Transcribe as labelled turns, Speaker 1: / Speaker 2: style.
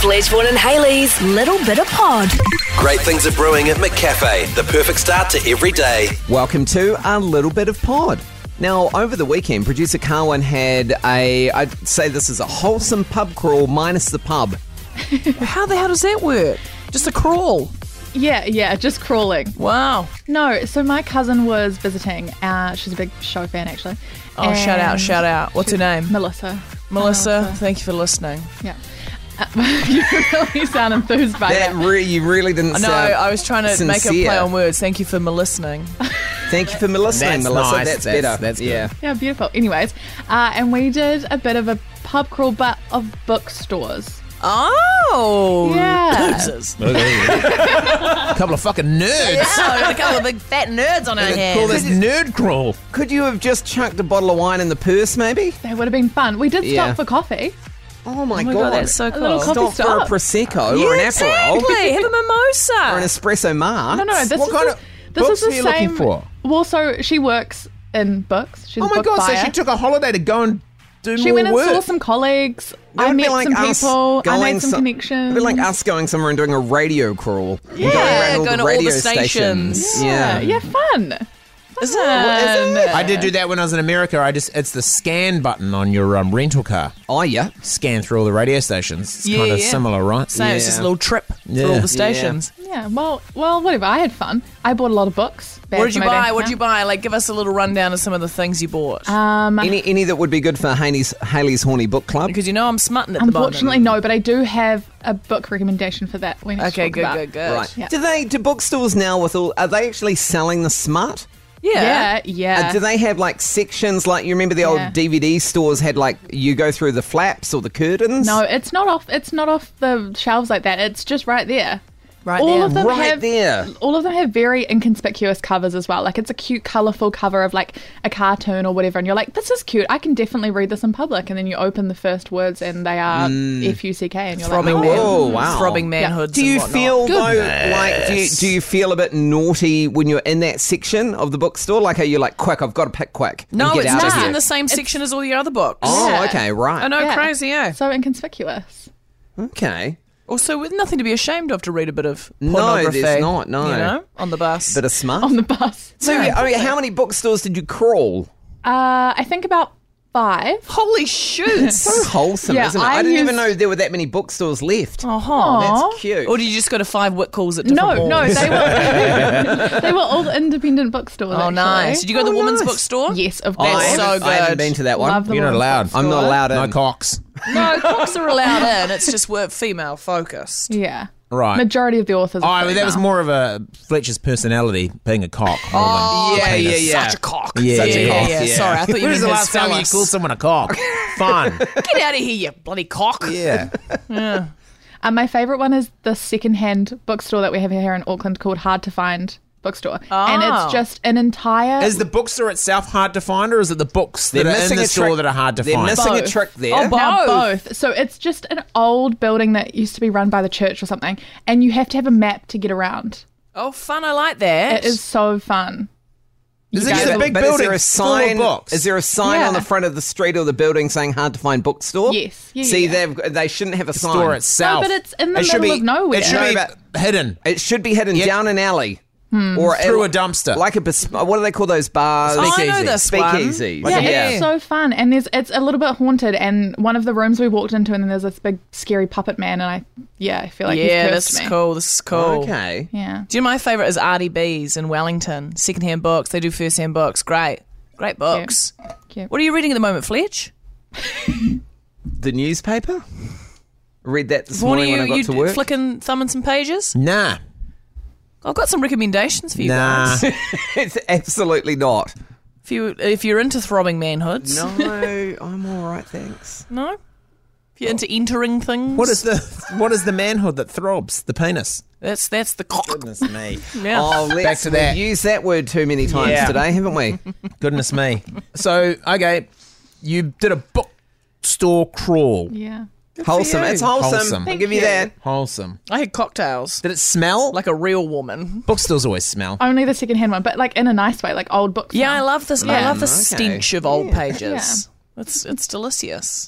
Speaker 1: Fledgebourne and Haley's Little Bit of Pod.
Speaker 2: Great things are brewing at McCafe. The perfect start to every day.
Speaker 3: Welcome to a little bit of pod. Now, over the weekend, producer Carwin had a, I'd say this is a wholesome pub crawl minus the pub.
Speaker 4: How the hell does that work? Just a crawl.
Speaker 5: Yeah, yeah, just crawling.
Speaker 4: Wow.
Speaker 5: No, so my cousin was visiting. Uh, she's a big show fan, actually.
Speaker 4: Oh, shout out, shout out. What's her name?
Speaker 5: Melissa.
Speaker 4: Melissa, thank you for listening.
Speaker 5: Yeah. Uh, you really sound enthused by
Speaker 3: That
Speaker 5: that.
Speaker 3: re- you really didn't
Speaker 4: I know,
Speaker 3: sound
Speaker 4: I was trying to make a
Speaker 3: sincere.
Speaker 4: play on words. Thank you for listening.
Speaker 3: Thank you for listening,
Speaker 6: That's
Speaker 3: Melissa.
Speaker 6: nice.
Speaker 3: That's,
Speaker 6: That's-
Speaker 3: better.
Speaker 6: that's good.
Speaker 3: yeah.
Speaker 5: Yeah, beautiful. Anyways, uh, and we did a bit of a pub crawl, but of bookstores.
Speaker 4: Oh.
Speaker 5: Yeah.
Speaker 4: Losers.
Speaker 6: Oh, A couple of fucking nerds.
Speaker 4: a couple of big fat nerds on our
Speaker 6: Call this nerd crawl.
Speaker 3: Could you have just chunked a bottle of wine in the purse, maybe?
Speaker 5: They would have been fun. We did stop
Speaker 3: Yeah.
Speaker 5: for coffee.
Speaker 3: Oh my,
Speaker 4: Oh my god, that's so
Speaker 5: A little
Speaker 4: cool.
Speaker 5: coffee
Speaker 3: Stop for a
Speaker 5: stop.
Speaker 3: prosecco or an aperol
Speaker 4: Exactly. Have a mimosa.
Speaker 3: or an espresso mar.
Speaker 5: No, no, this
Speaker 6: What
Speaker 5: is
Speaker 6: kind
Speaker 5: the,
Speaker 6: of
Speaker 5: this
Speaker 6: books
Speaker 5: is the
Speaker 6: are you looking
Speaker 5: same.
Speaker 6: for?
Speaker 5: Well, so she works in books. She's
Speaker 6: Oh
Speaker 5: a
Speaker 6: my
Speaker 5: book
Speaker 6: god, so
Speaker 5: buyer.
Speaker 6: she took a holiday to go and do
Speaker 5: She
Speaker 6: more
Speaker 5: went and
Speaker 6: work.
Speaker 5: saw some colleagues. I
Speaker 3: That'd be
Speaker 5: met
Speaker 3: like
Speaker 5: some
Speaker 3: us
Speaker 5: people. I
Speaker 3: going
Speaker 5: made some
Speaker 3: so-
Speaker 5: connections.
Speaker 3: It'd be like us going somewhere and doing a radio crawl. Yeah,
Speaker 4: Yeah, going to all the stations.
Speaker 5: Yeah, yeah, fun.
Speaker 4: Isn't
Speaker 3: it?
Speaker 6: I did do that when I was in America. I just it's the scan button on your um, rental car.
Speaker 3: Oh, yeah.
Speaker 6: Scan through all the radio stations. It's
Speaker 4: Yeah,
Speaker 6: kind of
Speaker 4: yeah.
Speaker 6: similar, right?
Speaker 4: Same, it's just
Speaker 3: Yeah.
Speaker 4: a little trip
Speaker 6: Yeah.
Speaker 4: through all
Speaker 6: Yeah.
Speaker 4: the stations.
Speaker 5: Yeah, well, well, whatever. I had fun. I bought a lot of books.
Speaker 4: What did you buy? What did you buy? Like, give us a little rundown of some of the things you bought.
Speaker 5: Um,
Speaker 3: Any any that would be good for Haley's, Haley's Horny Book Club?
Speaker 4: because you know I'm smutting at the moment.
Speaker 5: unfortunately, no. But I do have a book recommendation for that. We need to
Speaker 4: Okay,
Speaker 5: talk
Speaker 4: good,
Speaker 5: about.
Speaker 4: good, good.
Speaker 3: Right.
Speaker 5: uh, Yeah.
Speaker 3: Do they do bookstores now with all? Are they actually selling the smart?
Speaker 5: Yeah, yeah.
Speaker 3: Uh, do they have like sections like you remember the
Speaker 5: Yeah.
Speaker 3: old DVD stores had like you go through the flaps or the curtains?
Speaker 5: no, it's not off. It's not off the shelves like that. It's just right there.
Speaker 4: Right
Speaker 5: all
Speaker 4: there.
Speaker 5: of them
Speaker 3: Right
Speaker 5: have,
Speaker 3: there.
Speaker 5: All of them have very inconspicuous covers as well. Like it's a cute, colourful cover of like a cartoon or whatever, and you're like, "This is cute. I can definitely read this in public." And then you open the first words, and they are F U C K, and you're
Speaker 4: Mm. throbbing
Speaker 5: like,
Speaker 3: man.
Speaker 5: oh,
Speaker 3: Whoa,
Speaker 4: man-
Speaker 3: wow.
Speaker 4: throbbing
Speaker 5: Yeah.
Speaker 4: manhoods.
Speaker 3: Do you
Speaker 4: and whatnot.
Speaker 3: feel though like do you, do you feel a bit naughty when you're in that section of the bookstore? Like are you like quick? I've got to pick quick. and
Speaker 4: No,
Speaker 3: get
Speaker 4: it's
Speaker 3: out
Speaker 4: just
Speaker 3: of here.
Speaker 4: in the same section as all your other books.
Speaker 3: Oh,
Speaker 5: Yeah.
Speaker 3: okay, right.
Speaker 4: I know,
Speaker 5: Yeah.
Speaker 4: crazy, eh?
Speaker 5: so inconspicuous."
Speaker 3: Okay,
Speaker 4: Also, with nothing to be ashamed of to read a bit of
Speaker 3: No,
Speaker 4: pornography.
Speaker 3: there's not, no.
Speaker 4: You know, on the bus.
Speaker 3: bit of smart.
Speaker 5: on the bus.
Speaker 3: so, yeah, I mean, how many bookstores did you crawl?
Speaker 5: Uh, I think about five.
Speaker 4: Holy shoots!
Speaker 3: So wholesome,
Speaker 5: Yeah,
Speaker 3: isn't it? I,
Speaker 5: I
Speaker 3: didn't even
Speaker 5: used-
Speaker 3: know there were that many bookstores left.
Speaker 4: uh
Speaker 3: Oh, That's cute.
Speaker 6: Oh,
Speaker 4: Or do you just go to five wit calls at different
Speaker 5: No, no,
Speaker 4: malls?
Speaker 5: they were they were all independent bookstores.
Speaker 4: Oh,
Speaker 5: actually.
Speaker 4: nice. Did you go to the
Speaker 3: Oh,
Speaker 4: women's
Speaker 3: nice.
Speaker 4: bookstore?
Speaker 5: Yes, of
Speaker 3: I
Speaker 5: course.
Speaker 4: so
Speaker 3: haven't- I haven't
Speaker 4: good.
Speaker 3: been to that one.
Speaker 5: Love the
Speaker 6: You're not
Speaker 5: women's
Speaker 6: allowed.
Speaker 5: bookstore.
Speaker 3: I'm not allowed in.
Speaker 6: No cocks.
Speaker 4: No, cocks are allowed in. It's just we're female focused.
Speaker 5: Yeah,
Speaker 6: Right.
Speaker 5: Majority of the authors.
Speaker 6: Oh,
Speaker 5: are
Speaker 6: well, that was
Speaker 5: female.
Speaker 6: more of a Fletcher's personality being a cock. Oh,
Speaker 3: yeah, yeah, yeah.
Speaker 4: Such a cock.
Speaker 6: Yeah,
Speaker 4: Such
Speaker 6: yeah,
Speaker 4: a
Speaker 6: yeah,
Speaker 4: cock.
Speaker 3: yeah.
Speaker 4: Sorry, I thought you
Speaker 6: When
Speaker 4: meant
Speaker 6: was the
Speaker 4: his
Speaker 6: last time you
Speaker 4: phallus.
Speaker 6: called someone a cock? Fun.
Speaker 4: Get out of here, you bloody cock.
Speaker 6: yeah.
Speaker 5: And my favourite one is the secondhand bookstore that we have here in Auckland called Hard to Find Bookstore, and
Speaker 4: Oh.
Speaker 5: it's just an entire.
Speaker 6: Is the bookstore itself hard to find, or is it the books that
Speaker 3: They're
Speaker 6: are in
Speaker 3: missing
Speaker 6: the
Speaker 3: a
Speaker 6: store
Speaker 3: trick.
Speaker 6: that are hard to
Speaker 3: They're
Speaker 6: find?
Speaker 3: missing a
Speaker 5: Both.
Speaker 3: trick there.
Speaker 4: Oh,
Speaker 5: now
Speaker 4: both.
Speaker 5: both. So it's just an old building that used to be run by the church or something, and you have to have a map to get around.
Speaker 4: Oh, fun. I like that.
Speaker 5: It is so fun.
Speaker 6: Is it
Speaker 5: Yeah,
Speaker 6: just a
Speaker 5: but-
Speaker 6: big
Speaker 3: but is
Speaker 6: building
Speaker 3: there a
Speaker 6: full of
Speaker 3: sign?
Speaker 6: books?
Speaker 3: Is there a sign on the
Speaker 5: Yeah.
Speaker 3: front of the street or the building saying "hard to find bookstore"?
Speaker 5: Yes. Yeah,
Speaker 3: See,
Speaker 5: yeah.
Speaker 3: they've they shouldn't have a sign.
Speaker 6: store itself?
Speaker 5: No, but it's in the
Speaker 6: It should
Speaker 5: middle
Speaker 6: be-
Speaker 5: of nowhere.
Speaker 6: It should
Speaker 3: No,
Speaker 6: be
Speaker 3: but-
Speaker 6: hidden.
Speaker 3: It should be hidden
Speaker 6: Yeah.
Speaker 3: down an alley or
Speaker 6: Through a dumpster.
Speaker 3: like a bes- what do they call those bars?
Speaker 4: Oh, I know this one.
Speaker 3: Speakeasies.
Speaker 4: Like
Speaker 5: Yeah,
Speaker 4: a- Yeah.
Speaker 5: it's so fun, and there's it's a little bit haunted. And one of the rooms we walked into, and then there's this big scary puppet man, and I yeah, I feel like he's
Speaker 4: yeah,
Speaker 5: cursed
Speaker 4: this is
Speaker 5: me.
Speaker 4: cool. This is cool.
Speaker 3: Okay.
Speaker 5: Yeah,
Speaker 4: Do you know my favourite is Artie B's in Wellington? Secondhand books. They do first-hand books. Great. Great books.
Speaker 5: Cute.
Speaker 4: What are you reading at the moment, Fletch?
Speaker 3: The newspaper. Read that this
Speaker 4: What are
Speaker 3: morning when
Speaker 4: you,
Speaker 3: I got
Speaker 4: you
Speaker 3: to work.
Speaker 4: flicking thumbing some pages?
Speaker 6: Nah.
Speaker 4: I've got some recommendations for you
Speaker 6: Nah.
Speaker 4: guys.
Speaker 3: it's absolutely not.
Speaker 4: If you if you're into throbbing manhoods,
Speaker 3: No, I'm all right, thanks.
Speaker 4: no? If you're into entering things,
Speaker 6: What is the what is the manhood that throbs? The penis.
Speaker 4: that's that's the cock.
Speaker 6: Goodness me.
Speaker 4: Yeah.
Speaker 3: Oh, let's
Speaker 6: Back to that.
Speaker 3: we've used that word too many times
Speaker 6: Yeah.
Speaker 3: today, haven't we?
Speaker 6: Goodness me. So okay, you did a bookstore crawl.
Speaker 5: yeah.
Speaker 3: wholesome.
Speaker 4: you.
Speaker 3: It's wholesome.
Speaker 6: Wholesome.
Speaker 3: I'll
Speaker 6: Thank
Speaker 3: give you, that.
Speaker 6: Wholesome.
Speaker 4: I had cocktails
Speaker 6: Did it smell?
Speaker 4: like a real woman.
Speaker 6: bookstores always smell.
Speaker 5: Only the secondhand one, but like in a nice way, like old books.
Speaker 4: Yeah, I love this. I love the
Speaker 3: okay.
Speaker 4: stench of old pages.
Speaker 5: Yeah.
Speaker 4: It's it's delicious.